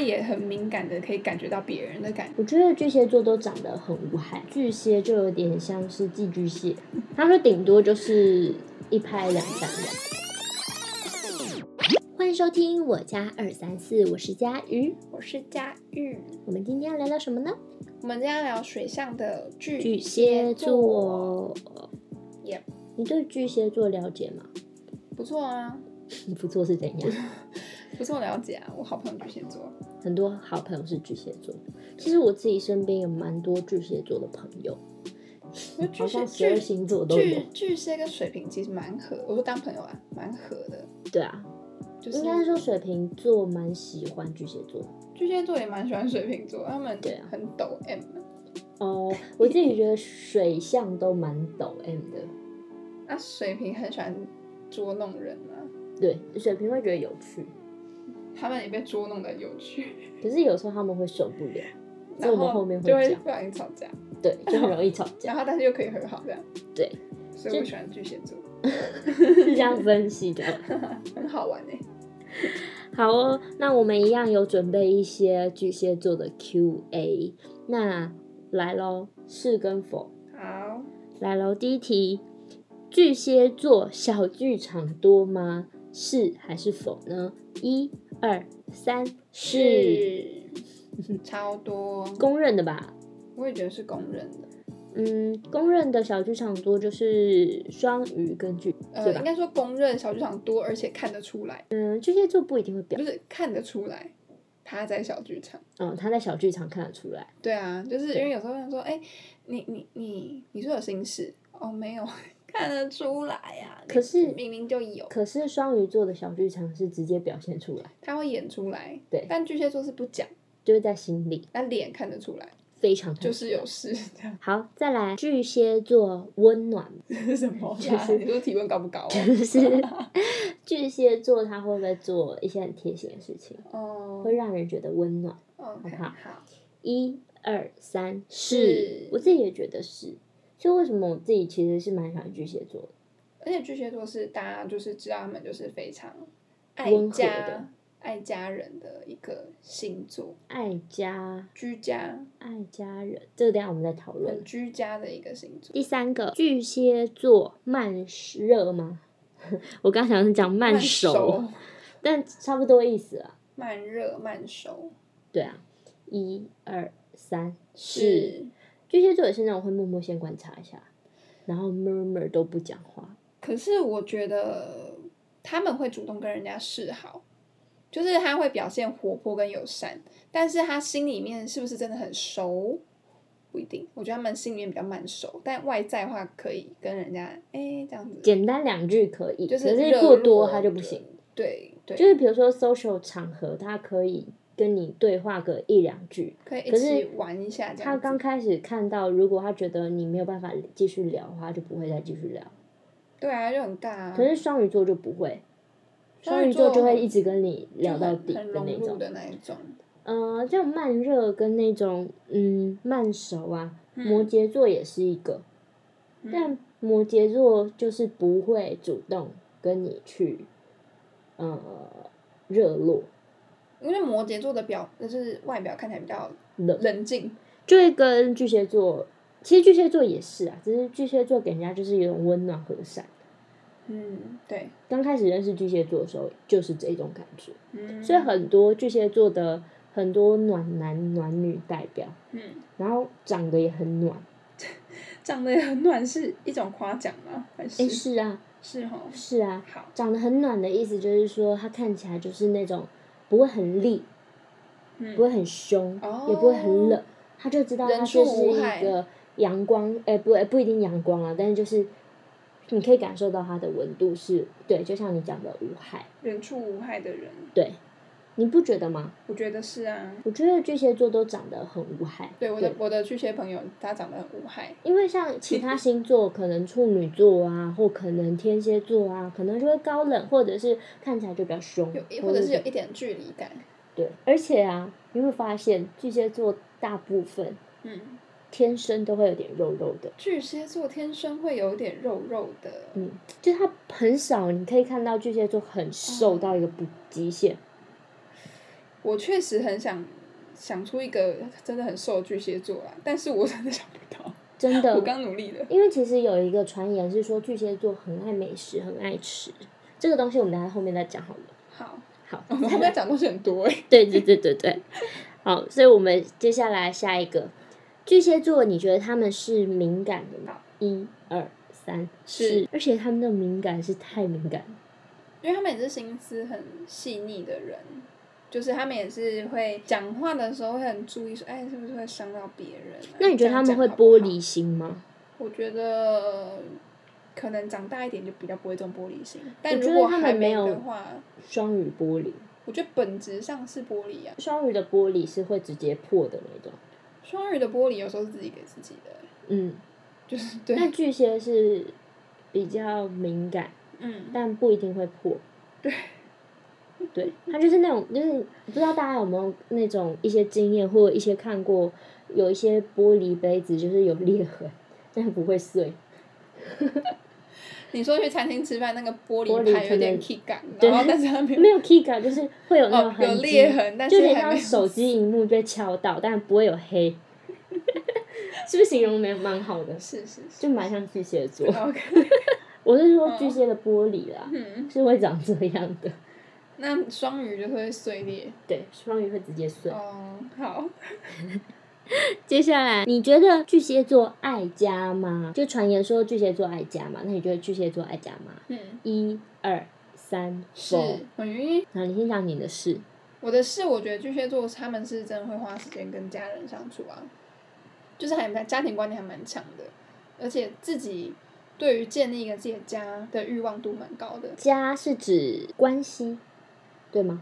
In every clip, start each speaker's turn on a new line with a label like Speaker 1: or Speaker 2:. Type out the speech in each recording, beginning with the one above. Speaker 1: 也很敏感的可以感觉到别人的感觉。
Speaker 2: 我觉得巨蟹座都长得很无害，巨蟹就有点像是寄居蟹，他说顶多就是一拍两散的。欢迎收听我家二三四，我是佳瑜。
Speaker 1: 我是佳玉，
Speaker 2: 我们今天要聊聊什么呢？
Speaker 1: 我们今天聊水象的巨
Speaker 2: 巨蟹座。
Speaker 1: Yep
Speaker 2: 你对巨蟹座了解吗？
Speaker 1: 不错啊，
Speaker 2: 你不做是怎样？
Speaker 1: 不错了解啊，我好朋友巨蟹座，
Speaker 2: 很多好朋友是巨蟹座，其实我自己身边有蛮多巨蟹座的朋友，
Speaker 1: 我觉得
Speaker 2: 好像
Speaker 1: 巨
Speaker 2: 十二
Speaker 1: 蟹
Speaker 2: 星座
Speaker 1: 巨
Speaker 2: 都有
Speaker 1: 巨。巨蟹跟水瓶其实蛮合，我说当朋友啊，蛮合的，
Speaker 2: 对啊，
Speaker 1: 就是
Speaker 2: 应该说水瓶座蛮喜欢巨蟹座。
Speaker 1: 巨蟹座也蛮喜欢水瓶座，他们
Speaker 2: 对啊
Speaker 1: 很抖 M，啊
Speaker 2: 哦，我自己觉得水象都蛮抖 M 的，
Speaker 1: 那、啊水瓶很喜欢捉弄人啊，
Speaker 2: 对，水瓶会觉得有趣，
Speaker 1: 他们也被捉弄的有 趣，
Speaker 2: 可是有时候他们会受不了，这
Speaker 1: 然
Speaker 2: 我们后面
Speaker 1: 就
Speaker 2: 会
Speaker 1: 会
Speaker 2: 讲，
Speaker 1: 不小心吵架，
Speaker 2: 对，就很容易吵架，
Speaker 1: 然后但是又可以和好这样，
Speaker 2: 对，
Speaker 1: 所以我喜欢巨蟹座，
Speaker 2: 是这样分析的。
Speaker 1: 很好玩哎、
Speaker 2: 好哦，那我们一样有准备一些巨蟹座的 Q&A，那来喽，是跟否？
Speaker 1: 好，
Speaker 2: 来喽，第一题，巨蟹座小剧场多吗？是还是否呢？一、二、三，是
Speaker 1: 超多，
Speaker 2: 公认的吧？
Speaker 1: 我也觉得是公认的。
Speaker 2: 嗯，公认的小剧场多就是双鱼跟巨，
Speaker 1: 呃
Speaker 2: 对，吧
Speaker 1: 应该说公认小剧场多，而且看得出来，
Speaker 2: 嗯，巨蟹座不一定会表
Speaker 1: 就，是看得出来他在小剧场。
Speaker 2: 嗯，他在小剧场看得出来，
Speaker 1: 对啊，就是
Speaker 2: 对
Speaker 1: 因为有时候想说，哎、你你你你说有心事哦，没有 看得出来呀、啊。
Speaker 2: 可是
Speaker 1: 你明明就有，
Speaker 2: 可是双鱼座的小剧场是直接表现出来，
Speaker 1: 他会演出来。
Speaker 2: 对
Speaker 1: 但巨蟹座是不讲，
Speaker 2: 就是在心里
Speaker 1: 但脸看得出 来，
Speaker 2: 非常看
Speaker 1: 就是
Speaker 2: 出来
Speaker 1: 有事这样。
Speaker 2: 好，再来，巨蟹座温暖，
Speaker 1: 这是什 么啊、
Speaker 2: 就是
Speaker 1: 你说体温高不高、啊？
Speaker 2: 就是巨蟹座他会不会做一些很贴心的事情，
Speaker 1: 哦
Speaker 2: 会让人觉得温暖？
Speaker 1: ，OK，
Speaker 2: 好
Speaker 1: 好，
Speaker 2: 一二三，
Speaker 1: 是
Speaker 2: 我自己也觉得是，所以为什么我自己其实是蛮喜欢巨蟹座的，
Speaker 1: 而且巨蟹座是大家就是知道他们就是非常爱
Speaker 2: 温和的
Speaker 1: 家、爱家人的一个星座，
Speaker 2: 爱家
Speaker 1: 居家
Speaker 2: 爱家人，这个等一下我们再讨论
Speaker 1: 很。居家的一个星座。
Speaker 2: 第三个，巨蟹座慢热吗？ 我刚想是讲慢熟，
Speaker 1: 熟、
Speaker 2: 但差不多意思啊。
Speaker 1: 慢热、慢熟
Speaker 2: 对啊，一二三，巨蟹座也是那种会默默先观察一下，然后 murmur 都不讲话。
Speaker 1: 可是我觉得他们会主动跟人家示好，就是他会表现活泼跟友善，但是他心里面是不是真的很熟？不一定，我觉得他们心里面比较慢熟，但外在的话可以跟人家哎、这样子，
Speaker 2: 简单两句可以，
Speaker 1: 就是
Speaker 2: 可
Speaker 1: 热
Speaker 2: 是
Speaker 1: 络
Speaker 2: 过多他就不
Speaker 1: 的
Speaker 2: 行。。
Speaker 1: 对对，
Speaker 2: 就是比如说 social 场合，他可以跟你对话个一两句。
Speaker 1: 可以一
Speaker 2: 可是
Speaker 1: 起玩一下这样
Speaker 2: 他
Speaker 1: 子。
Speaker 2: 刚开始看到，如果他觉得你没有办法继续聊的话，他就不会再继续聊。
Speaker 1: 对啊，就很尬、啊。
Speaker 2: 可是双鱼座就不会，
Speaker 1: 双
Speaker 2: 双
Speaker 1: 鱼
Speaker 2: 鱼
Speaker 1: 座
Speaker 2: 座就会一直跟你
Speaker 1: 就
Speaker 2: 聊到
Speaker 1: 很
Speaker 2: 底
Speaker 1: 很
Speaker 2: 的
Speaker 1: 融
Speaker 2: 那
Speaker 1: 入
Speaker 2: 种。
Speaker 1: 的那一种。
Speaker 2: 呃，这种慢热跟那种嗯慢熟啊，
Speaker 1: 嗯
Speaker 2: 摩羯座也是一个，
Speaker 1: 嗯
Speaker 2: 但摩羯座就是不会主动跟你去呃热络，
Speaker 1: 因为摩羯座的表就是外表看起来比较
Speaker 2: 冷
Speaker 1: 冷静，
Speaker 2: 就会跟巨蟹座，其实巨蟹座也是啊，只是巨蟹座给人家就是有种温暖和善。
Speaker 1: 嗯，对，
Speaker 2: 刚开始认识巨蟹座的时候，就是这种感觉，
Speaker 1: 嗯，
Speaker 2: 所以很多巨蟹座的很多暖男暖女代表，
Speaker 1: 嗯，
Speaker 2: 然后长得也很暖，
Speaker 1: 长得也很暖是一种夸奖吗？还是、
Speaker 2: 诶，是啊，
Speaker 1: 是哈？
Speaker 2: 是啊，
Speaker 1: 好，
Speaker 2: 长得很暖的意思就是说，他看起来就是那种不会很厉，
Speaker 1: 嗯
Speaker 2: 不会很凶，
Speaker 1: 哦
Speaker 2: 也不会很冷，他就知道他
Speaker 1: 人畜
Speaker 2: 就是
Speaker 1: 无
Speaker 2: 一
Speaker 1: 害
Speaker 2: 个阳光，哎、不，哎不一定阳光啊，但是就是你可以感受到他的温度是，对，就像你讲的无害，
Speaker 1: 人畜无害的人，
Speaker 2: 对，你不觉得吗？
Speaker 1: 我觉得是啊。
Speaker 2: 我觉得巨蟹座都长得很无害，
Speaker 1: 对我的我的巨蟹朋友，他长得很无害，
Speaker 2: 因为像其他星座，可能处女座啊，或可能天蝎座啊，可能就会高冷，或者是看起来就比较凶
Speaker 1: 有，或者是有一点距离感，
Speaker 2: 对，而且啊，你会发现巨蟹座大部分
Speaker 1: 嗯。
Speaker 2: 天生都会有点肉肉的，
Speaker 1: 巨蟹座天生会有点肉肉的，
Speaker 2: 嗯，就是他
Speaker 1: 嗯
Speaker 2: 很少，你可以看到巨蟹座很瘦到一个不极限。
Speaker 1: 我确实很想想出一个真的很瘦的巨蟹座啦，但是我真的想不到，
Speaker 2: 真
Speaker 1: 我
Speaker 2: 的，
Speaker 1: 刚努力了。
Speaker 2: 因为其实有一个传言是说巨蟹座很爱美食，很爱吃，这个东西我们等一下后面再讲好了。
Speaker 1: 好，
Speaker 2: 好，
Speaker 1: 我们后面讲东西很多哎、
Speaker 2: 对对对对对，好，所以我们接下来下一个巨蟹座，你觉得他们是敏感的吗？一二三，
Speaker 1: 是
Speaker 2: 是，而且他们的敏感是太敏感了，
Speaker 1: 因为他们也是心思很细腻的人，就是他们也是会讲话的时候会很注意说，哎，是不是会伤到别人、啊？
Speaker 2: 那你觉
Speaker 1: 这
Speaker 2: 得他
Speaker 1: 样
Speaker 2: 们
Speaker 1: 讲
Speaker 2: 会
Speaker 1: 好不好
Speaker 2: 玻璃？心吗？
Speaker 1: 我觉得可能长大一点就比较不会这种玻璃心，但
Speaker 2: 我觉
Speaker 1: 如
Speaker 2: 得
Speaker 1: 果
Speaker 2: 他们
Speaker 1: 还
Speaker 2: 没有
Speaker 1: 的话，
Speaker 2: 双鱼玻璃，
Speaker 1: 我觉得本质上是玻璃啊。
Speaker 2: 双鱼的玻璃是会直接破的那种。
Speaker 1: 双鱼的玻璃有时候是自己给自己的，
Speaker 2: 嗯，
Speaker 1: 就是对，
Speaker 2: 那巨蟹是比较敏感，
Speaker 1: 嗯，
Speaker 2: 但不一定会破。 对，对，他就是那种，就是不知道大家有没有那种一些经验，或者一些看过有一些玻璃杯子就是有裂痕，但不会碎。
Speaker 1: 哦你说去餐厅吃饭那个玻
Speaker 2: 玻
Speaker 1: 璃
Speaker 2: 璃
Speaker 1: 盘
Speaker 2: 可
Speaker 1: 有点
Speaker 2: 能
Speaker 1: key 感，
Speaker 2: 对
Speaker 1: 然后但是它没有
Speaker 2: 没有 kick 就是会有那种
Speaker 1: 哦
Speaker 2: 痕迹，
Speaker 1: 有裂痕，但
Speaker 2: 就是有点
Speaker 1: 还
Speaker 2: 像
Speaker 1: 没
Speaker 2: 手机荧幕被敲到，但不会有黑。 是不是形容蛮蛮好的？
Speaker 1: 是是是
Speaker 2: 就蛮像巨蟹座。
Speaker 1: OK，
Speaker 2: 我是
Speaker 1: 哦
Speaker 2: 说巨蟹的玻璃啦，
Speaker 1: 嗯，
Speaker 2: 是会长这样的。
Speaker 1: 那双鱼就会碎裂。
Speaker 2: 对，双鱼会直接碎。
Speaker 1: 哦，好，
Speaker 2: 接下来，你觉得巨蟹座爱家吗？就传言说巨蟹座爱家嘛，那你觉得巨蟹座爱家吗？
Speaker 1: 嗯，
Speaker 2: 一二三，
Speaker 1: 是
Speaker 2: 否。
Speaker 1: 很愿意。
Speaker 2: 那你先讲你的事。
Speaker 1: 我的是，我觉得巨蟹座他们是真的会花时间跟家人相处啊，就是还蛮家庭观念还蛮强的，而且自己对于建立一个自己的家的欲望度蛮高的，
Speaker 2: 家是指关系，对吗？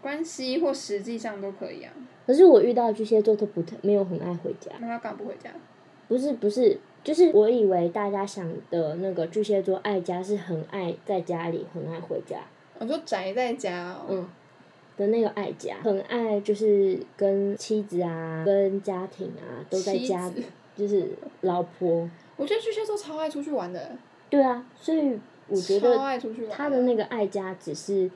Speaker 1: 关系或实际上都可以啊。
Speaker 2: 可是我遇到巨蟹座都不太没有很爱回家，
Speaker 1: 那他干嘛不回家？
Speaker 2: 不是不是，就是我以为大家想的那个巨蟹座爱家是很爱在家里，很爱回家，
Speaker 1: 我说宅在家哦，
Speaker 2: 嗯，的那个爱家，很爱就是跟妻子啊、跟家庭啊都在
Speaker 1: 妻
Speaker 2: 家
Speaker 1: 子，
Speaker 2: 就是老婆。
Speaker 1: 我觉得巨蟹座超爱出去玩的，
Speaker 2: 对啊，所以我觉
Speaker 1: 超
Speaker 2: 得
Speaker 1: 爱出去玩
Speaker 2: 他的那个爱家只是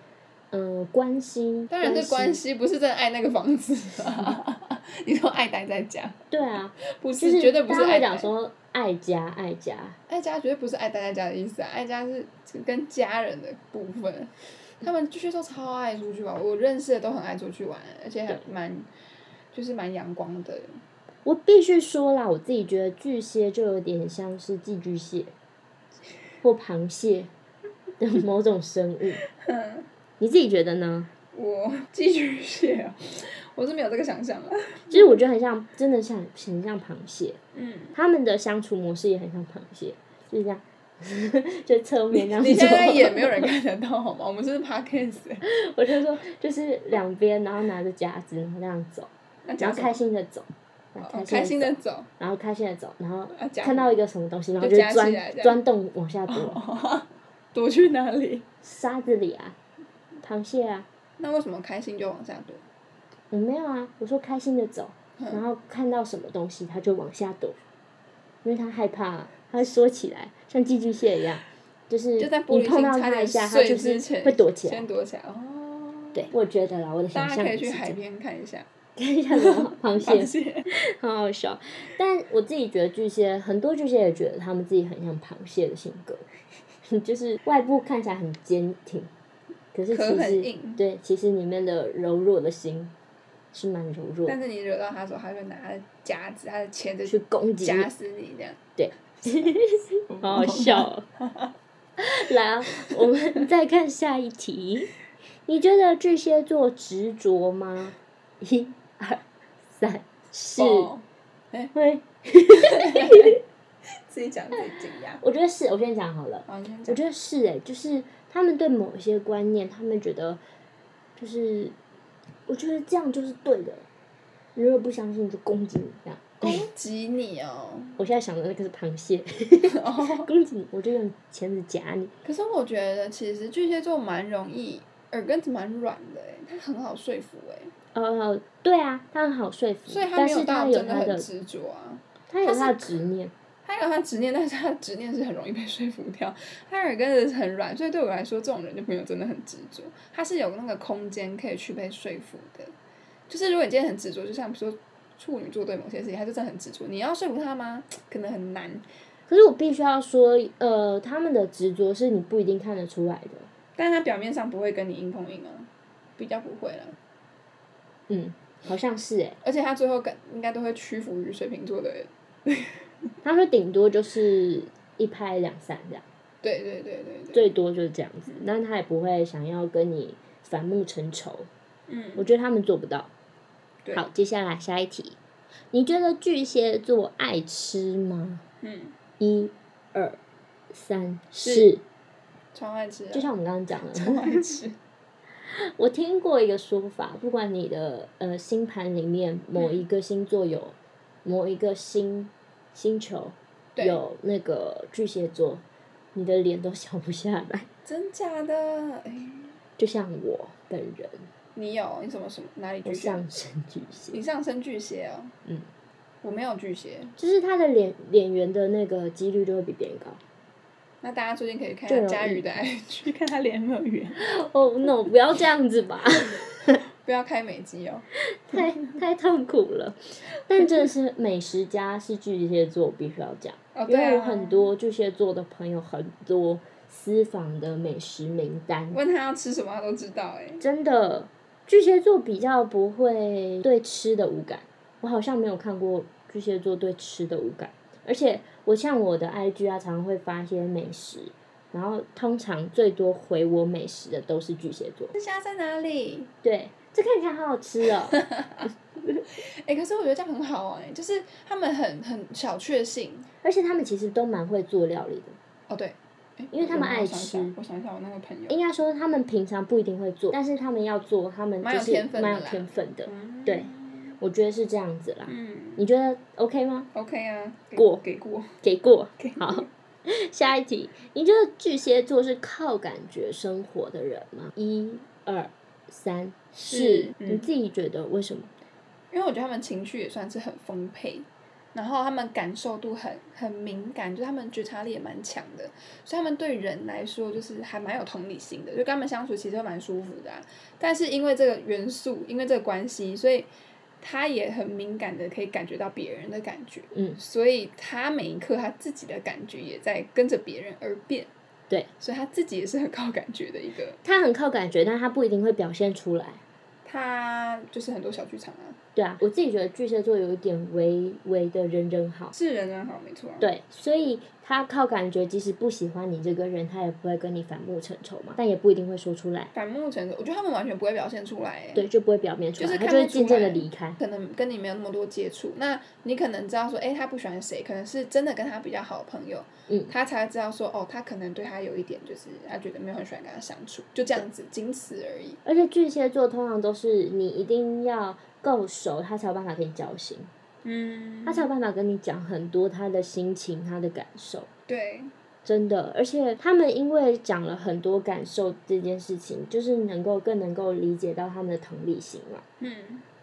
Speaker 2: 嗯、呃关心，
Speaker 1: 当然是关
Speaker 2: 系。
Speaker 1: 系，不是真的爱那个房子、啊。 你说爱待在家，
Speaker 2: 对啊，
Speaker 1: 不，
Speaker 2: 就是是
Speaker 1: 绝对不
Speaker 2: 大
Speaker 1: 是
Speaker 2: 家会
Speaker 1: 爱
Speaker 2: 讲
Speaker 1: 待。
Speaker 2: 说爱家爱家，
Speaker 1: 爱家绝对不是爱待在家的意思啊，爱家是跟家人的部分。他们巨蟹座超爱出去玩，我认识的都很爱出去玩，而且还蛮就是蛮阳光的。
Speaker 2: 我必须说啦，我自己觉得巨蟹就有点像是寄居蟹或螃蟹的某种生 物，
Speaker 1: 嗯
Speaker 2: 你自己觉得呢？
Speaker 1: 我寄居蟹啊，我是没有这个想象啊。
Speaker 2: 就是我觉得很像，真的像很像螃蟹，
Speaker 1: 嗯，
Speaker 2: 他们的相处模式也很像螃蟹，就是这样， 就侧面这样
Speaker 1: 你现在也没
Speaker 2: 走。
Speaker 1: 有人看得到好吗？我们是 podcast，、欸、
Speaker 2: 我就说，就是两边，然后拿着夹子，然后这样走，
Speaker 1: 那
Speaker 2: 然
Speaker 1: 讲
Speaker 2: 后
Speaker 1: 什
Speaker 2: 开
Speaker 1: 么？
Speaker 2: 心的走，
Speaker 1: 哦
Speaker 2: 开
Speaker 1: 开
Speaker 2: 心
Speaker 1: 心
Speaker 2: 的，
Speaker 1: 的 走，
Speaker 2: 然后开心的走，然后
Speaker 1: 啊夹
Speaker 2: 看到一个什么东西，然后
Speaker 1: 就夹起来
Speaker 2: 钻
Speaker 1: 这样哦
Speaker 2: 钻洞往下躲。
Speaker 1: 躲去哪里？
Speaker 2: 沙子里啊，螃蟹啊，
Speaker 1: 那为什么开心就往下躲？
Speaker 2: 我没有啊，我说开心的走，
Speaker 1: 嗯
Speaker 2: 然后看到什么东西它就往下躲，因为它害怕、啊，它会缩起来，像寄居蟹一样，就是
Speaker 1: 就在玻璃
Speaker 2: 你碰
Speaker 1: 心
Speaker 2: 到
Speaker 1: 差
Speaker 2: 它一
Speaker 1: 点
Speaker 2: 下，它
Speaker 1: 碎
Speaker 2: 就
Speaker 1: 之
Speaker 2: 是
Speaker 1: 前
Speaker 2: 会躲起来
Speaker 1: 先。躲起来哦。
Speaker 2: 对，我觉得啦，我的想
Speaker 1: 大家
Speaker 2: 象
Speaker 1: 可以
Speaker 2: 也
Speaker 1: 去
Speaker 2: 是这
Speaker 1: 海
Speaker 2: 样。
Speaker 1: 边看一下
Speaker 2: 看一下什么 螃
Speaker 1: 螃
Speaker 2: 蟹，
Speaker 1: 蟹。
Speaker 2: 很好笑。但我自己觉得巨蟹，很多巨蟹也觉得他们自己很像螃蟹的性格， 就是外部看起来很坚挺，可是
Speaker 1: 壳
Speaker 2: 其
Speaker 1: 很
Speaker 2: 实
Speaker 1: 硬
Speaker 2: 对，其实里面的柔弱的心是蛮柔弱的
Speaker 1: 但是你惹到他的时候，他就拿夹子、他的钳子
Speaker 2: 去
Speaker 1: 去
Speaker 2: 攻击你
Speaker 1: 夹，死你，这样。
Speaker 2: 对， 好好笑、哦。来啊，我们再看下一题。你觉得巨蟹座执着吗？一、二、三，是。
Speaker 1: 哦
Speaker 2: 会，
Speaker 1: 自己讲自己惊讶。
Speaker 2: 我觉得是。我先讲好了。
Speaker 1: 好，你先
Speaker 2: 我
Speaker 1: 讲。
Speaker 2: 觉得是诶、就是他们对某一些观念，他们觉得就是，我觉得这样就是对的。你如果不相信，就攻击你这样。
Speaker 1: 攻击你哦。
Speaker 2: 我现在想的那个是螃蟹， 攻击你，我就用钳子夹你。
Speaker 1: 可是我觉得其实巨蟹座蛮容易，耳根子蛮软的哎，他很好说服哎，
Speaker 2: 呃，对啊，他很好说服，
Speaker 1: 所以他
Speaker 2: 但
Speaker 1: 没有
Speaker 2: 是
Speaker 1: 到
Speaker 2: 他有
Speaker 1: 真的
Speaker 2: 他
Speaker 1: 很
Speaker 2: 的，
Speaker 1: 执着啊。
Speaker 2: 他有
Speaker 1: 他是
Speaker 2: 他的执念，
Speaker 1: 他有他执念，但是他的执念是很容易被说服掉。他耳根子很软，所以对我来说，这种人就没有真的很执着，他是有那个空间可以去被说服的。就是如果你今天很执着，就像比如说处女座对某些事情，他就真的很执着，你要说服他吗？可能很难。
Speaker 2: 可是我必须要说，呃，他们的执着是你不一定看得出来的。
Speaker 1: 但他表面上不会跟你硬碰硬啊，比较不会了。
Speaker 2: 嗯，好像是欸诶、
Speaker 1: 而且他最后跟应该都会屈服于水瓶座的人。
Speaker 2: 他说顶多就是一拍两散这样，
Speaker 1: 对对对对对，
Speaker 2: 最多就是这样子，但他也不会想要跟你反目成仇。我
Speaker 1: 嗯，
Speaker 2: 觉得他们做不到。
Speaker 1: 对，
Speaker 2: 好，接下来下一题，你觉得巨蟹座爱吃吗？
Speaker 1: 嗯，
Speaker 2: 一、二、三、
Speaker 1: 是
Speaker 2: 四，
Speaker 1: 超爱吃啊，
Speaker 2: 就像我们刚刚 讲
Speaker 1: 超
Speaker 2: 的，
Speaker 1: 爱吃，
Speaker 2: 我听过一个说法，不管你的呃星盘里面某一个星座有、某一个星星球
Speaker 1: 对
Speaker 2: 有那个巨蟹座，你的脸都笑不下来，
Speaker 1: 真假的？哎，
Speaker 2: 就像我本人，
Speaker 1: 你有你什么什么哪里
Speaker 2: 我
Speaker 1: 巨蟹？
Speaker 2: 上升巨蟹，
Speaker 1: 你上升巨蟹哦，
Speaker 2: 嗯，
Speaker 1: 我没有巨蟹。
Speaker 2: 就是他的脸脸圆的那个几率就会比别 人高。
Speaker 1: 那大家最近可以看
Speaker 2: 就
Speaker 1: 一
Speaker 2: 容
Speaker 1: 下
Speaker 2: 易
Speaker 1: 佳瑜的 IG，看 他脸有没有圆，
Speaker 2: 哦、no，不要这样子吧，
Speaker 1: 不要开美肌哦。
Speaker 2: 太太痛苦了。但真的是美食家是巨蟹座，我必须要讲。
Speaker 1: 哦，
Speaker 2: 因
Speaker 1: 对
Speaker 2: 为
Speaker 1: 啊，
Speaker 2: 我很多巨蟹座的朋友很多私房的美食名单，
Speaker 1: 问他要吃什么，他都知道哎、
Speaker 2: 真的巨蟹座比较不会对吃的无感，我好像没有看过巨蟹座对吃的无感，而且我像我的 IG 啊，常常会发一些美食，然后通常最多回我美食的都是巨蟹座，
Speaker 1: 这虾在哪里？
Speaker 2: 对，这看起来好好吃 哦，
Speaker 1: 哎、可是我觉得这样很好哎、就是他们很很小确幸。
Speaker 2: 而且他们其实都蛮会做料理的，
Speaker 1: 哦，对，诶
Speaker 2: 因为他们爱
Speaker 1: 我想一
Speaker 2: 吃
Speaker 1: 想我想一下，我那个朋友，
Speaker 2: 应该说他们平常不一定会做，但是他们要做，他们就
Speaker 1: 蛮有
Speaker 2: 是
Speaker 1: 天分的
Speaker 2: 蛮有
Speaker 1: 啦
Speaker 2: 天分的。
Speaker 1: 嗯
Speaker 2: 对，我觉得是这样子啦。
Speaker 1: 嗯
Speaker 2: 你觉得 OK 吗？
Speaker 1: ，OK 啊，给
Speaker 2: 过
Speaker 1: 给过，
Speaker 2: 给过
Speaker 1: 给。
Speaker 2: 好，下一题，你觉得巨蟹座是靠感觉生活的人吗？一、二、三、四
Speaker 1: 是，
Speaker 2: 你
Speaker 1: 嗯
Speaker 2: 自己觉得为什么？
Speaker 1: 因为我觉得他们情绪也算是很丰沛，然后他们感受度很很敏感，就是他们觉察力也蛮强的，所以他们对人来说就是还蛮有同理心的，就跟他们相处其实会蛮舒服的、啊。但是因为这个元素，因为这个关系，所以他也很敏感的可以感觉到别人的感觉，
Speaker 2: 嗯
Speaker 1: 所以他每一刻他自己的感觉也在跟着别人而变，
Speaker 2: 对，
Speaker 1: 所以他自己也是很靠感觉的一个，
Speaker 2: 他很靠感觉，但他不一定会表现出来。
Speaker 1: 他就是很多小剧场啊，
Speaker 2: 对啊，我自己觉得巨蟹座有一点唯唯的人人好。
Speaker 1: 是人很好，没错、啊，
Speaker 2: 对，所以他靠感觉，即使不喜欢你这个人，他也不会跟你反目成仇嘛，但也不一定会说出来，
Speaker 1: 反目成仇，我觉得他们完全不会表现出来、欸，
Speaker 2: 对，就不会表面出
Speaker 1: 就
Speaker 2: 来，
Speaker 1: 是
Speaker 2: 他
Speaker 1: 看
Speaker 2: 就会
Speaker 1: 不
Speaker 2: 渐
Speaker 1: 出
Speaker 2: 渐的
Speaker 1: 来
Speaker 2: 离开。
Speaker 1: 可能跟你没有那么多接触，那你可能知道说，哎、他不喜欢谁，可能是真的跟他比较好的朋友，
Speaker 2: 嗯
Speaker 1: 他才会知道说，哦，他可能对他有一点就是他觉得没有很喜欢跟他相处，就这样子，仅此而已。
Speaker 2: 而且巨蟹座通常都是你一定要够熟，他才有办法跟你交心，
Speaker 1: 嗯
Speaker 2: 他才有办法跟你讲很多他的心情、他的感受。
Speaker 1: 对，
Speaker 2: 真的，而且他们因为讲了很多感受这件事情，就是能够更能够理解到他们的同理心嘛，
Speaker 1: 嗯，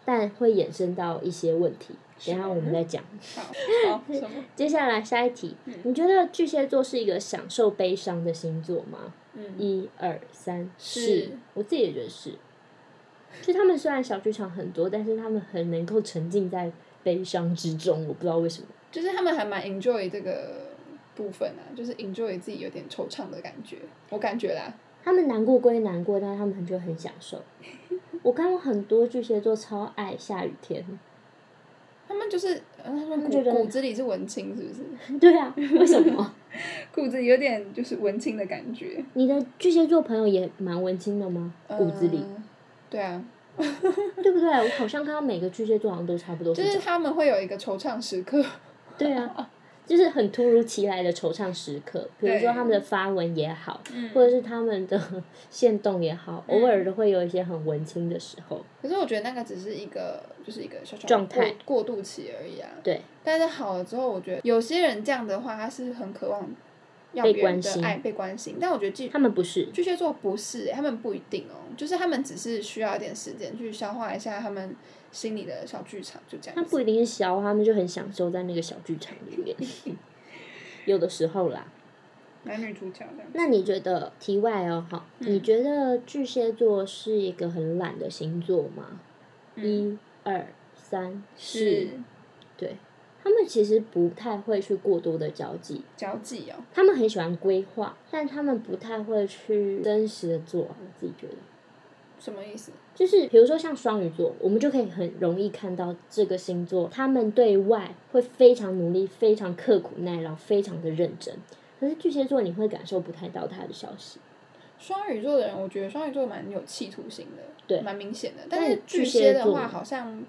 Speaker 2: 但会衍生到一些问题，等一下我们再讲。
Speaker 1: 好， 好，什么？
Speaker 2: 接下来下一题，
Speaker 1: 嗯
Speaker 2: 你觉得巨蟹座是一个享受悲伤的星座吗？
Speaker 1: 嗯，
Speaker 2: 一二三
Speaker 1: 是
Speaker 2: 四，我自己也觉得是。就他们虽然小剧场很多，但是他们很能够沉浸在悲伤之中，我不知道为什么。
Speaker 1: 就是他们还蛮 enjoy 这个部分啊，就是 enjoy 自己有点惆怅的感觉，我感觉啦，
Speaker 2: 他们难过归难过，但是他们就很享 受。我看过很多巨蟹座超爱下雨天，
Speaker 1: 他们就是，嗯，他
Speaker 2: 们
Speaker 1: 们
Speaker 2: 觉
Speaker 1: 骨
Speaker 2: 得
Speaker 1: 骨子里是文青，是不是？
Speaker 2: 对啊，为什么？
Speaker 1: 骨子里有点就是文青的感觉，
Speaker 2: 你的巨蟹座朋友也蛮文青的吗？骨子里，
Speaker 1: 嗯对啊，
Speaker 2: 对不对？我好像看到每个巨蟹座好像都差不多是
Speaker 1: 就
Speaker 2: 这
Speaker 1: 是
Speaker 2: 样。
Speaker 1: 他们会有一个惆怅时刻，
Speaker 2: 对啊，就是很突如其来的惆怅时刻，比如
Speaker 1: 对
Speaker 2: 说他们的发文也好，
Speaker 1: 嗯
Speaker 2: 或者是他们的 线动也好，
Speaker 1: 嗯
Speaker 2: 偶尔都会有一些很文青的时候。
Speaker 1: 可是我觉得那个只是一个，就是一个小小的
Speaker 2: 状态
Speaker 1: 过过渡期而已啊。
Speaker 2: 对，
Speaker 1: 但是好了之后，我觉得有些人这样的话，他是很渴望要
Speaker 2: 被
Speaker 1: 别人
Speaker 2: 关
Speaker 1: 的
Speaker 2: 心
Speaker 1: 爱被关心，但我觉得巨
Speaker 2: 他们不是，
Speaker 1: 巨蟹座不是、欸，他们不一定哦、就是他们只是需要一点时间去消化一下他们心里的小剧场，就这样
Speaker 2: 他
Speaker 1: 子。
Speaker 2: 不一定是消，他们就很享受在那个小剧场里面。有的时候啦。
Speaker 1: 男女主角这样。
Speaker 2: 那你觉得题外哦，好，
Speaker 1: 嗯
Speaker 2: 你觉得巨蟹座是一个很懒的星座吗？
Speaker 1: 嗯，
Speaker 2: 一、二、三、四，
Speaker 1: 是
Speaker 2: 对，他们其实不太会去过多的交际，
Speaker 1: 交际哦，
Speaker 2: 他们很喜欢规划，但他们不太会去真实的做。我自己觉得，
Speaker 1: 什么意思？
Speaker 2: 就是比如说像双鱼座，我们就可以很容易看到这个星座，他们对外会非常努力、非常刻苦耐劳、非常的认真。可是巨蟹座你会感受不太到他的消息，
Speaker 1: 双鱼座的人，我觉得双鱼座蛮有企图心的，
Speaker 2: 对
Speaker 1: 蛮明显的。
Speaker 2: 但
Speaker 1: 但是
Speaker 2: 巨
Speaker 1: 巨
Speaker 2: 蟹
Speaker 1: 蟹的
Speaker 2: 座
Speaker 1: 话，好像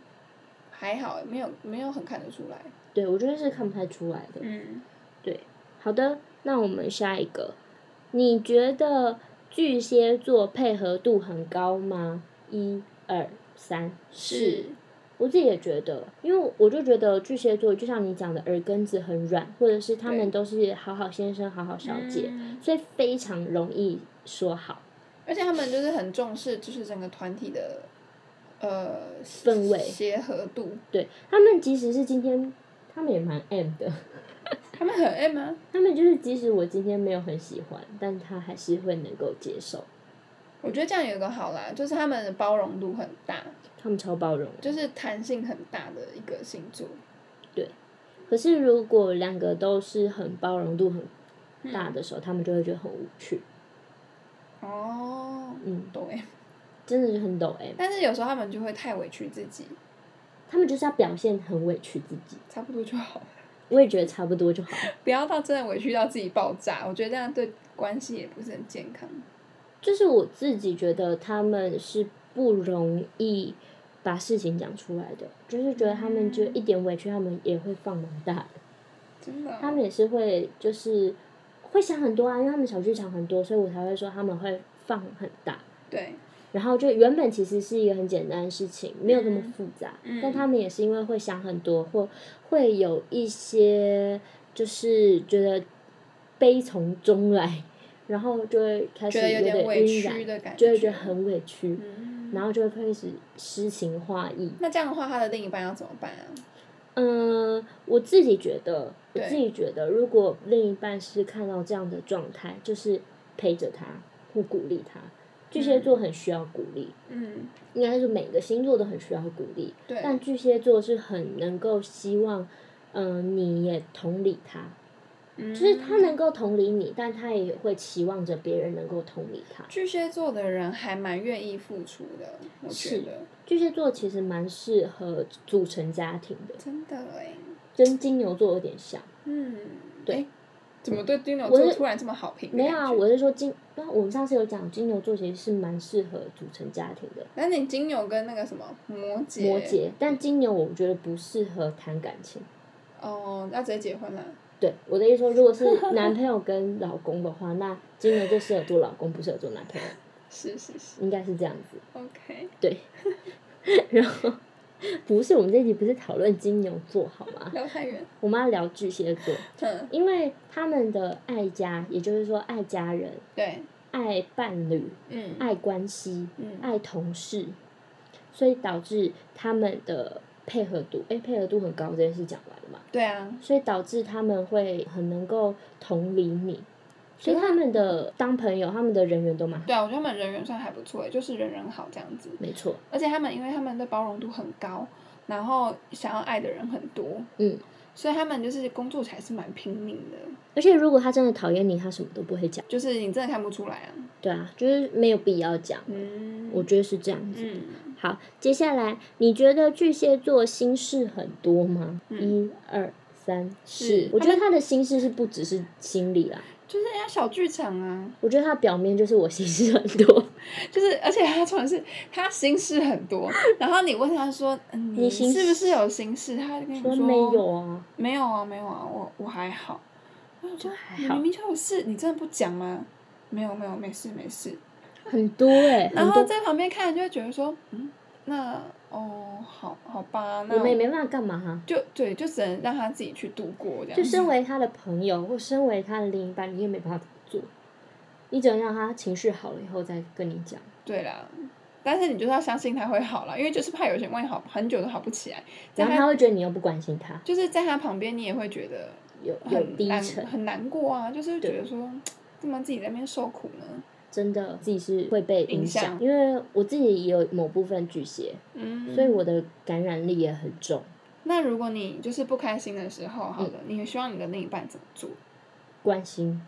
Speaker 1: 还好，没有没有很看得出来。
Speaker 2: 对我觉得是看不太出来的。
Speaker 1: 嗯，
Speaker 2: 对，好的，那我们下一个，你觉得巨蟹座配合度很高吗？一、二、三，
Speaker 1: 是。
Speaker 2: 我自己也觉得，因为我就觉得巨蟹座就像你讲的，耳根子很软，或者是他们
Speaker 1: 对
Speaker 2: 都是好好先生、好好小姐，
Speaker 1: 嗯
Speaker 2: 所以非常容易说好
Speaker 1: 而且他们就是很重视，就是整个团体的呃
Speaker 2: 氛围。
Speaker 1: 协和度。
Speaker 2: 对他们，即使是今天，他们也蛮 M 的。
Speaker 1: 他们很哎爱吗？
Speaker 2: 他们就是，即使我今天没有很喜欢，但他还是会能够接受。
Speaker 1: 我觉得这样有一个好啦，就是他们的包容度很大，
Speaker 2: 他们超包容的。
Speaker 1: 就是弹性很大的一个星座。
Speaker 2: 可是如果两个都是很包容度很
Speaker 1: 嗯
Speaker 2: 大的时候，他们就会觉得很无趣。
Speaker 1: 哦，
Speaker 2: 嗯，
Speaker 1: 对。
Speaker 2: 真的是很抖 M，
Speaker 1: 但是有时候他们就会太委屈自己，
Speaker 2: 他们就是要表现很委屈自己。
Speaker 1: 差不多就好了，
Speaker 2: 我也觉得差不多就好了。
Speaker 1: 不要到真的委屈到自己爆炸。我觉得这样对关系也不是很健康。
Speaker 2: 就是我自己觉得他们是不容易把事情讲出来的，就是觉得他们
Speaker 1: 嗯
Speaker 2: 就一点委屈，他们也会放蛮大的，
Speaker 1: 真的哦、
Speaker 2: 他们也是会就是会想很多啊，因为他们小剧场很多，所以我才会说他们会放很大。
Speaker 1: 对，
Speaker 2: 然后就原本其实是一个很简单的事情，没有那么复杂，
Speaker 1: 嗯
Speaker 2: 但他们也是因为会想很多，或会有一些就是觉得悲从中来，然后就会开始
Speaker 1: 觉得有点委
Speaker 2: 晕
Speaker 1: 屈
Speaker 2: 染，
Speaker 1: 的感
Speaker 2: 就会
Speaker 1: 觉。
Speaker 2: 觉得很委屈，
Speaker 1: 嗯
Speaker 2: 然后就会开始诗情画意。
Speaker 1: 那这样的话，他的另一半要怎么办啊？
Speaker 2: 嗯、我自己觉得，我
Speaker 1: 对
Speaker 2: 自己觉得，如果另一半是看到这样的状态，就是陪着他或鼓励他。巨蟹座很需要鼓励，
Speaker 1: 嗯，
Speaker 2: 应该是每个星座都很需要鼓励，
Speaker 1: 对，
Speaker 2: 但巨蟹座是很能够希望，嗯、你也同理他，
Speaker 1: 就
Speaker 2: 就是他能够同理你，但他也会期望着别人能够同理他。
Speaker 1: 巨蟹座的人还蛮愿意付出的，我觉
Speaker 2: 是
Speaker 1: 得
Speaker 2: 巨蟹座其实蛮适合组成家庭的，
Speaker 1: 真的哎，
Speaker 2: 跟金牛座有点像。
Speaker 1: 嗯，
Speaker 2: 对
Speaker 1: 诶，怎么对金牛
Speaker 2: 我
Speaker 1: 座
Speaker 2: 是
Speaker 1: 突然这么好评？
Speaker 2: 没有啊，，我是说金，那我们上次有讲金牛座其实是蛮适合组成家庭的。
Speaker 1: 那你金牛跟那个什么摩羯，
Speaker 2: 摩羯，但金牛我觉得不适合谈感情。
Speaker 1: 哦，要直接结婚啦，
Speaker 2: 对我的意思说，如果是男朋友跟老公的话，那金牛座适合做老公，不适合做男朋友，
Speaker 1: 是是是
Speaker 2: 应该是这样子。
Speaker 1: ，OK，
Speaker 2: 对，然后不是我们这一集不是讨论金牛座好吗？
Speaker 1: 聊太远，
Speaker 2: 我们要聊巨蟹座，
Speaker 1: 嗯，
Speaker 2: 因为他们的爱家，也就是说爱家人、
Speaker 1: 对，
Speaker 2: 爱伴侣、
Speaker 1: 嗯
Speaker 2: 爱关系、
Speaker 1: 嗯
Speaker 2: 爱同事，所以导致他们的配合度，哎，配合度很高这件事讲完了嘛？
Speaker 1: 对啊，
Speaker 2: 所以导致他们会很能够同理你，所以他们的当朋友，他们的人缘都蛮好，
Speaker 1: 对啊，我觉得他们人缘算还不错，就是人人好这样子，
Speaker 2: 没错，
Speaker 1: 而且他们因为他们的包容度很高，然后想要爱的人很多，
Speaker 2: 嗯。
Speaker 1: 所以他们就是工作起来是蛮拼命的，
Speaker 2: 而且如果他真的讨厌你，他什么都不会讲。
Speaker 1: 就是你真的看不出来啊。
Speaker 2: 对啊，就是没有必要讲，
Speaker 1: 嗯，
Speaker 2: 我觉得是这样子。
Speaker 1: 嗯，
Speaker 2: 好，接下来你觉得巨蟹座心事很多吗？
Speaker 1: 嗯
Speaker 2: 一二三
Speaker 1: 是
Speaker 2: 四，我觉得他的心事是不只是心理啦，
Speaker 1: 就是人家小剧场啊，
Speaker 2: 我觉得他表面就是我心事很多，
Speaker 1: 就是而且他重点是他心事很多，然后你问他说，嗯，
Speaker 2: 你心事
Speaker 1: 是不是有心事？他就跟你
Speaker 2: 说没有啊，
Speaker 1: 没有啊，没有啊，我我还好。然后我说
Speaker 2: 还
Speaker 1: 你
Speaker 2: 好
Speaker 1: 明明就有事，你真的不讲吗？没有没有，没事没事。
Speaker 2: 很多哎、
Speaker 1: 然
Speaker 2: 很
Speaker 1: 后
Speaker 2: 多，
Speaker 1: 在旁边看就会觉得说，嗯，那哦，好好吧，那
Speaker 2: 我们也没办法干嘛哈、
Speaker 1: 就对，就只能让他自己去度过这样。
Speaker 2: 就身为他的朋友或身为他的另一半，你也没办法做，你只能让他情绪好了以后再跟你讲。
Speaker 1: 对啦，但是你就是要相信他会好啦，因为就是怕有些人万一好很久都好不起来，在
Speaker 2: 然后他
Speaker 1: 他
Speaker 2: 会觉得你又不关心他，
Speaker 1: 就是在他旁边，你也会觉得
Speaker 2: 有有
Speaker 1: 很
Speaker 2: 低
Speaker 1: 难
Speaker 2: 沉，
Speaker 1: 很难过啊，就是觉
Speaker 2: 对
Speaker 1: 得说怎么自己在那边受苦呢？
Speaker 2: 真的自己是会被影
Speaker 1: 影响
Speaker 2: 响，因为我自己也有某部分巨蟹，
Speaker 1: 嗯，
Speaker 2: 所以我的感染力也很重。
Speaker 1: 那如果你就是不开心的时候，好
Speaker 2: 嗯
Speaker 1: 了，你希望你的另一半怎么做？
Speaker 2: 关心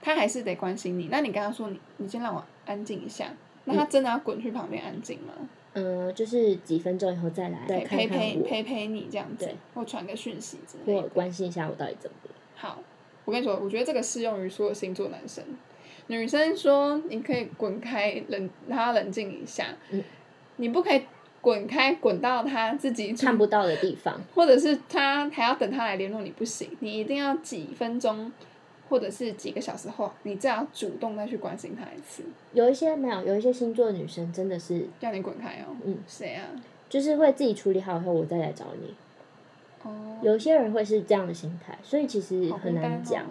Speaker 1: 他还是得关心你。那你跟他说你你先让我安静一下，那他真的要滚去旁边安静吗？
Speaker 2: 嗯，就是几分钟以后再来，再看
Speaker 1: 陪
Speaker 2: 看
Speaker 1: 陪
Speaker 2: 我，
Speaker 1: 陪陪你这样子
Speaker 2: 对，
Speaker 1: 或传个讯息之类
Speaker 2: 或
Speaker 1: 的。
Speaker 2: 关心一下我到底怎么了。
Speaker 1: 好，我跟你说，我觉得这个适用于所有星座男生。女生说你可以滚开，冷让他冷静一下，
Speaker 2: 嗯
Speaker 1: 你不可以滚开，滚到他自己
Speaker 2: 看不到的地方，
Speaker 1: 或者是他还要等他来联络你不行，你一定要几分钟，或者是几个小时后，你这样主动再去关心他一次，
Speaker 2: 有一些没有，有一些星座女生真的是，
Speaker 1: 叫你滚开哦。
Speaker 2: 嗯，
Speaker 1: 谁啊？
Speaker 2: 就是会自己处理好以后我再来找你。
Speaker 1: 哦，
Speaker 2: 有些人会是这样的心态，所以其实
Speaker 1: 好孤
Speaker 2: 很
Speaker 1: 单
Speaker 2: 难
Speaker 1: 哦
Speaker 2: 讲。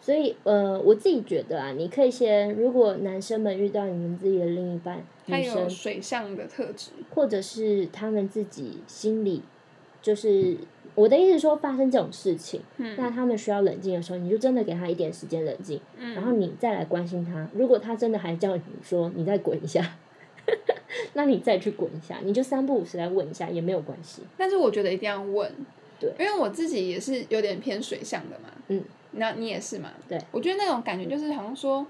Speaker 2: 所以呃，我自己觉得啊，你可以先，如果男生们遇到你们自己的另一半，
Speaker 1: 他
Speaker 2: 女
Speaker 1: 有
Speaker 2: 生
Speaker 1: 水象的特质，
Speaker 2: 或者是他们自己心里，就是我的意思是说，发生这种事情，那
Speaker 1: 嗯
Speaker 2: 他们需要冷静的时候，你就真的给他一点时间冷静，
Speaker 1: 嗯，
Speaker 2: 然后你再来关心他。如果他真的还叫你说你再滚一下， 那你再去滚一下，你就三不五时来问一下也没有关系。
Speaker 1: 但是我觉得一定要问，
Speaker 2: 对
Speaker 1: 因为我自己也是有点偏水象的嘛，
Speaker 2: 嗯，
Speaker 1: 那你也是嘛，
Speaker 2: 对，
Speaker 1: 我觉得那种感觉就是好像说，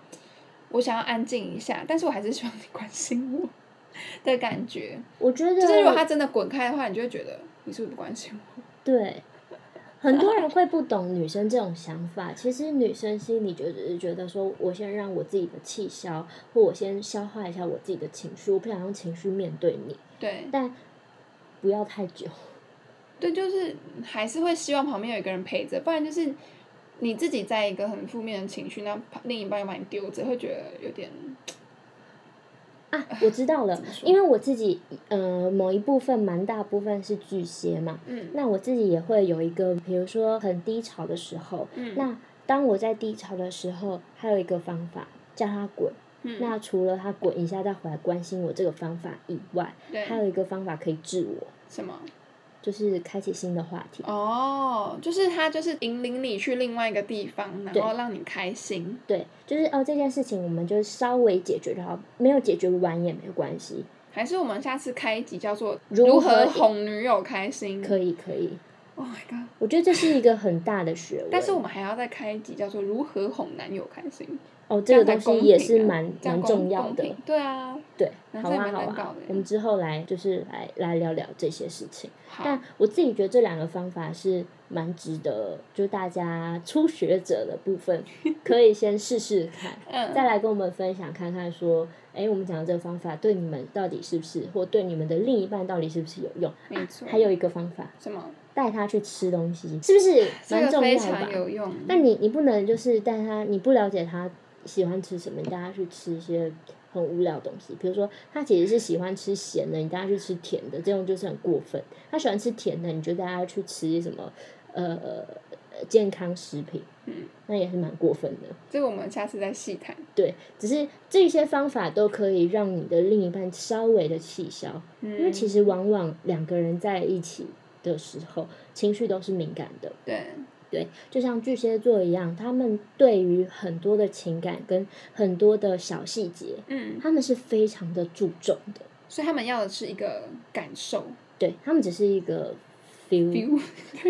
Speaker 1: 我想要安静一下，但是我还是希望你关心 我的感觉，
Speaker 2: 我觉得
Speaker 1: 就是如果他真的滚开的话，你就会觉得你是不是不关心我？
Speaker 2: 对。很多人会不懂女生这种想法，其实女生心里就只是觉得说，我先让我自己的气消，或我先消化一下我自己的情绪，我不想用情绪面对你。
Speaker 1: 对
Speaker 2: 但不要太久。
Speaker 1: 对，就是还是会希望旁边有一个人陪着，不然就是你自己在一个很负面的情绪，那旁另一半又把你丢着，会觉得有点
Speaker 2: 啊，我知道 了，因为我自己，呃，某一部分蛮大部分是巨蟹嘛，
Speaker 1: 嗯
Speaker 2: 那我自己也会有一个，比如说很低潮的时候，
Speaker 1: 嗯
Speaker 2: 那当我在低潮的时候，还有一个方法叫他滚。
Speaker 1: 嗯
Speaker 2: 那除了他滚一下再回来关心我这个方法以外，
Speaker 1: 对
Speaker 2: 还有一个方法可以治我，
Speaker 1: 什么
Speaker 2: 就是开启新的话题。
Speaker 1: 哦，就是他就是引领你去另外一个地方，然
Speaker 2: 对
Speaker 1: 后让你开心，
Speaker 2: 对，就是哦，这件事情我们就稍微解决就好，没有解决完也没有关系，
Speaker 1: 还是我们下次开一集叫做
Speaker 2: 如
Speaker 1: 如
Speaker 2: 何
Speaker 1: 何哄女友开心？
Speaker 2: 可以可以。
Speaker 1: Oh my god！
Speaker 2: 我觉得这是一个很大的学问。
Speaker 1: 但是我们还要再开一集叫做如何哄男友开心，
Speaker 2: 哦，这个
Speaker 1: 样才
Speaker 2: 东
Speaker 1: 公
Speaker 2: 西也
Speaker 1: 平
Speaker 2: 是
Speaker 1: 啊
Speaker 2: 蛮
Speaker 1: 这样
Speaker 2: 蛮
Speaker 1: 公
Speaker 2: 重要
Speaker 1: 公
Speaker 2: 的
Speaker 1: 平，对啊，
Speaker 2: 对，
Speaker 1: 男
Speaker 2: 好
Speaker 1: 生也
Speaker 2: 啊
Speaker 1: 蛮
Speaker 2: 好
Speaker 1: 难搞
Speaker 2: 啊
Speaker 1: 的，
Speaker 2: 我们之后来就是来来聊聊这些事情。
Speaker 1: 好，
Speaker 2: 但我自己觉得这两个方法是蛮值得，就大家初学者的部分可以先试试看，
Speaker 1: 嗯，
Speaker 2: 再来跟我们分享看看说，哎，我们讲的这个方法对你们到底是不是，或对你们的另一半到底是不是有用？
Speaker 1: 没错，
Speaker 2: 还有一个方法，
Speaker 1: 什么？
Speaker 2: 带他去吃东西，是不是
Speaker 1: 这
Speaker 2: 蛮
Speaker 1: 个
Speaker 2: 重
Speaker 1: 非
Speaker 2: 要的吧
Speaker 1: 常？有用。
Speaker 2: 但你你不能就是带他，你不了解他喜欢吃什么，你带他去吃一些很无聊的东西。比如说，他其实是喜欢吃咸的，你带他去吃甜的，这种就是很过分。他喜欢吃甜的，你就带他去吃什么呃呃健康食品，
Speaker 1: 嗯，
Speaker 2: 那也是蛮过分的。
Speaker 1: 这个我们下次再细谈。
Speaker 2: 对，只是这些方法都可以让你的另一半稍微的气消，
Speaker 1: 嗯，
Speaker 2: 因为其实往往两个人在一起的时候，情绪都是敏感的。
Speaker 1: 对，
Speaker 2: 对，就像巨蟹座一样，他们对于很多的情感跟很多的小细节，
Speaker 1: 嗯，
Speaker 2: 他们是非常的注重的。
Speaker 1: 所以他们要的是一个感受
Speaker 2: 对他们只是一个 feel，
Speaker 1: ，feel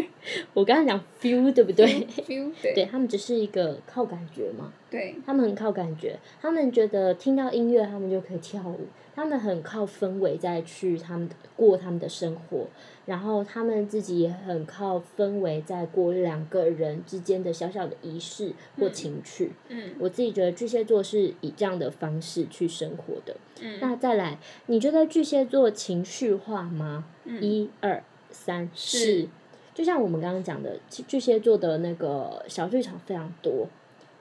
Speaker 2: 我刚才讲 feel 对不嗯对？
Speaker 1: feel，
Speaker 2: 对
Speaker 1: 对
Speaker 2: 他们只是一个靠感觉嘛，
Speaker 1: 对，
Speaker 2: 他们很靠感觉，他们觉得听到音乐他们就可以跳舞，他们很靠氛围再去他们的过他们的生活，然后他们自己也很靠氛围在过两个人之间的小小的仪式或
Speaker 1: 嗯
Speaker 2: 情趣。
Speaker 1: 嗯
Speaker 2: 我自己觉得巨蟹座是以这样的方式去生活的。那
Speaker 1: 嗯
Speaker 2: 再来，你觉得巨蟹座情绪化吗？
Speaker 1: 嗯，
Speaker 2: 一二三，
Speaker 1: 是
Speaker 2: 是。就像我们刚刚讲的，巨巨蟹座的那个小剧场非常多，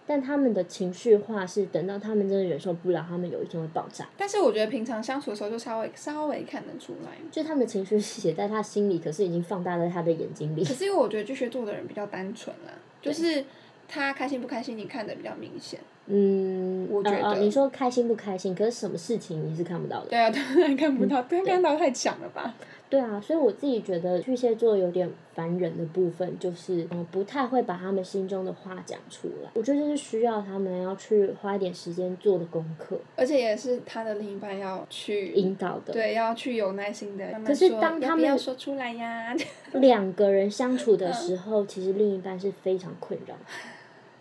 Speaker 2: 但他们的情绪化是等到他们真的忍受不了，他们有一天会爆炸。
Speaker 1: 但是我觉得平常相处的时候就稍微稍微看得出来。
Speaker 2: 就他们的情绪是写在他心里，可是已经放大在他的眼睛里
Speaker 1: 可。是因为我觉得巨蟹座的人比较单纯啦，就是他开心不开心，你看得比较明显。
Speaker 2: 嗯，
Speaker 1: 我
Speaker 2: 哦
Speaker 1: 觉
Speaker 2: 哦
Speaker 1: 得
Speaker 2: 你说开心不开心，可是什么事情你是看不到的。
Speaker 1: 对啊，当然看
Speaker 2: 嗯
Speaker 1: 不到，但看到太强了吧？
Speaker 2: 对啊，所以我自己觉得巨蟹座有点烦人的部分，就是嗯，不太会把他们心中的话讲出来。我觉得这是需要他们要去花一点时间做的功课，
Speaker 1: 而且也是他的另一半要去，
Speaker 2: 引导的。
Speaker 1: 对，要去有耐心的慢慢
Speaker 2: 可是
Speaker 1: 说
Speaker 2: 当
Speaker 1: 要
Speaker 2: 他
Speaker 1: 不
Speaker 2: 们
Speaker 1: 要说出来呀，
Speaker 2: 两个人相
Speaker 1: 嗯
Speaker 2: 处的时候，其实另一半是非常困扰的，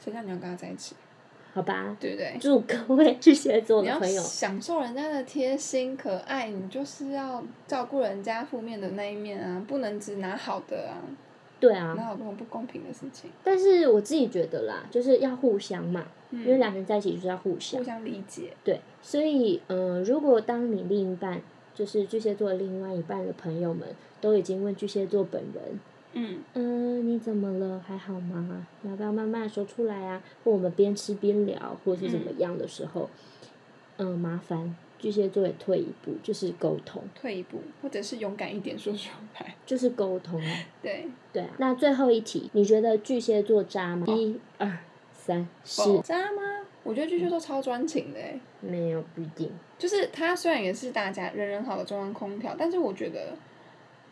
Speaker 1: 谁叫你要跟他在一起，
Speaker 2: 好吧？
Speaker 1: 对不对？
Speaker 2: 祝各位巨蟹座
Speaker 1: 你
Speaker 2: 的
Speaker 1: 要
Speaker 2: 朋友，
Speaker 1: 享受人家的贴心可爱，你就是要照顾人家负面的那一面啊，不能只拿好的啊，
Speaker 2: 对啊，
Speaker 1: 哪有这种不公平的事情？
Speaker 2: 但是我自己觉得啦，就是要互相嘛，因为
Speaker 1: 嗯，
Speaker 2: 两个人在一起就是要互相
Speaker 1: 互。相理解，
Speaker 2: 对，所以嗯、呃如果当你另一半就是巨蟹座的另外一半的朋友们都已经问巨蟹座本人，
Speaker 1: 嗯，
Speaker 2: 嗯、你怎么了？还好吗？你要不要慢慢说出来啊？或我们边吃边聊，或是怎么样的时候，嗯、麻烦巨蟹座也退一步，就是沟通，
Speaker 1: 退一步，或者是勇敢一点说出 来，
Speaker 2: 就是沟通啊。
Speaker 1: 对，
Speaker 2: 对啊，那最后一题，你觉得巨蟹座渣吗？一二三，是嗯
Speaker 1: 哦渣吗？我觉得巨蟹座超专情的、欸，
Speaker 2: 没有不一定。
Speaker 1: 就是他虽然也是大家人人好的中央空调，但是我觉得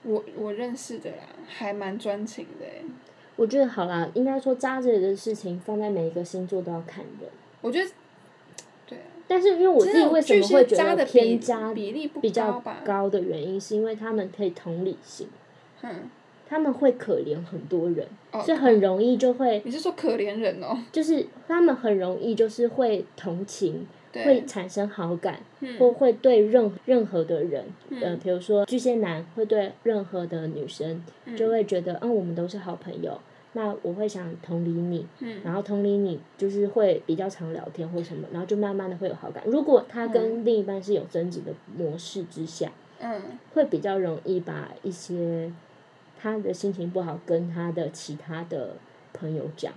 Speaker 1: 我我认识的啦，还蛮专情的、欸。
Speaker 2: 我觉得好啦，应该说渣这的事情放在每一个星座都要看人，
Speaker 1: 我觉得，对啊，
Speaker 2: 但是因为我自己为什
Speaker 1: 其
Speaker 2: 么会
Speaker 1: 实
Speaker 2: 觉
Speaker 1: 渣
Speaker 2: 得
Speaker 1: 的
Speaker 2: 偏
Speaker 1: 比
Speaker 2: 渣
Speaker 1: 比例不
Speaker 2: 比较
Speaker 1: 高吧？
Speaker 2: 高的原因，是因为他们可以同理心，
Speaker 1: 嗯，
Speaker 2: 他们会可怜很多人，
Speaker 1: 哦
Speaker 2: 所以很容易就会
Speaker 1: 你是说可怜人哦？
Speaker 2: 就是他们很容易就是会同情，会
Speaker 1: 对，
Speaker 2: 产生好感，或
Speaker 1: 嗯
Speaker 2: 会对任任何的人，呃，
Speaker 1: 嗯
Speaker 2: 比如说巨蟹男会对任何的女生就
Speaker 1: 嗯
Speaker 2: 会觉得，嗯，我们都是好朋友，那我会想同理你。
Speaker 1: 嗯，
Speaker 2: 然后同理你就是会比较常聊天或什么，然后就慢慢的会有好感。如果他跟另一半是有争执的模式之下，
Speaker 1: 嗯，
Speaker 2: 会比较容易把一些他的心情不好跟他的其他的朋友讲。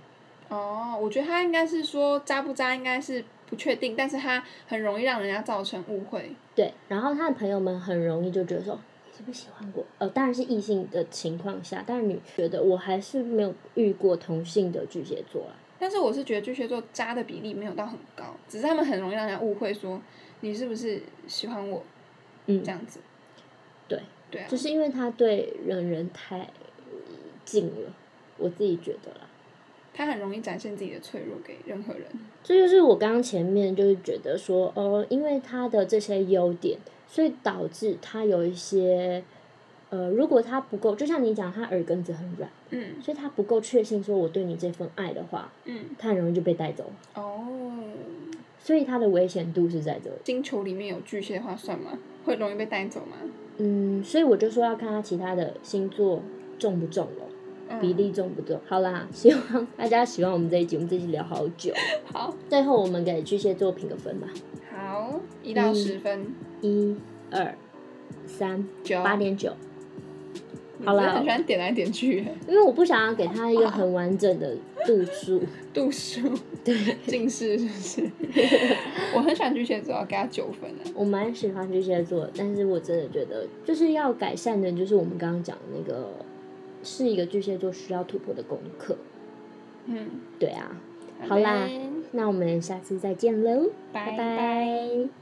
Speaker 1: 哦，我觉得他应该是说渣不渣，应该是不确定，但是他很容易让人家造成误会。
Speaker 2: 对，然后他的朋友们很容易就觉得说。你是不是喜欢我？呃，当然是异性的情况下，但是你觉得我还是没有遇过同性的巨蟹座啊。
Speaker 1: 但是我是觉得巨蟹座渣的比例没有到很高，只是他们很容易让人家误会说你是不是喜欢我
Speaker 2: 嗯
Speaker 1: 这，样子。
Speaker 2: 对，
Speaker 1: 对啊，
Speaker 2: 就是因为他对人人太近了，我自己觉得啦。
Speaker 1: 他很容易展现自己的脆弱给任何人。
Speaker 2: 这就是我刚刚前面就是觉得说，哦，因为他的这些优点，所以导致他有一些，呃，如果他不够，就像你讲，他耳根子很软，
Speaker 1: 嗯
Speaker 2: 所以他不够确信说我对你这份爱的话，
Speaker 1: 嗯，
Speaker 2: 他很容易就被带走了，
Speaker 1: 哦，
Speaker 2: 所以他的危险度是在这里。
Speaker 1: 星球里面有巨蟹的话算吗？会容易被带走吗？
Speaker 2: 嗯，所以我就说要看他其他的星座重不重咯，
Speaker 1: 嗯、
Speaker 2: 比例重不重。好啦，希望大家喜欢我们这一集，我们这一集聊好久。
Speaker 1: 嗯好
Speaker 2: 最后我们给巨蟹座评个分吧，
Speaker 1: 好
Speaker 2: 嗯
Speaker 1: 一到
Speaker 2: 一
Speaker 1: 十分
Speaker 2: 一、二、三、
Speaker 1: 九
Speaker 2: 八点九。
Speaker 1: 你
Speaker 2: 好啦
Speaker 1: 真的很喜欢点来点去，
Speaker 2: 因为我不想要给他一个很完整的度数，
Speaker 1: 度数对近视是不是？ 我很喜欢巨蟹座，我给他九分啊。
Speaker 2: 我蛮喜欢巨蟹座，但是我真的觉得就是要改善的，就是我们刚刚讲的那个，是一个巨蟹座需要突破的功课。
Speaker 1: 嗯，
Speaker 2: 对啊，好啦
Speaker 1: 嘞
Speaker 2: 那我们下次再见喽，
Speaker 1: 拜
Speaker 2: 拜拜